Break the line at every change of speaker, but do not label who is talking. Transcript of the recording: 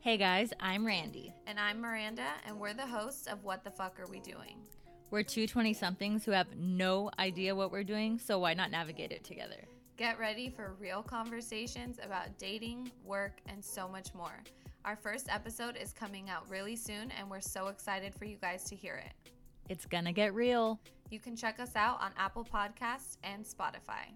Hey guys, I'm Randy.
And I'm Miranda, and we're the hosts of What the Fuck Are We Doing?
We're two 20 somethings who have no idea what we're doing, so why not navigate it together?
Get ready for real conversations about dating, work, and so much more. Our first episode is coming out really soon, and we're so excited for you guys to hear it.
It's gonna get real.
You can check us out on Apple Podcasts and Spotify.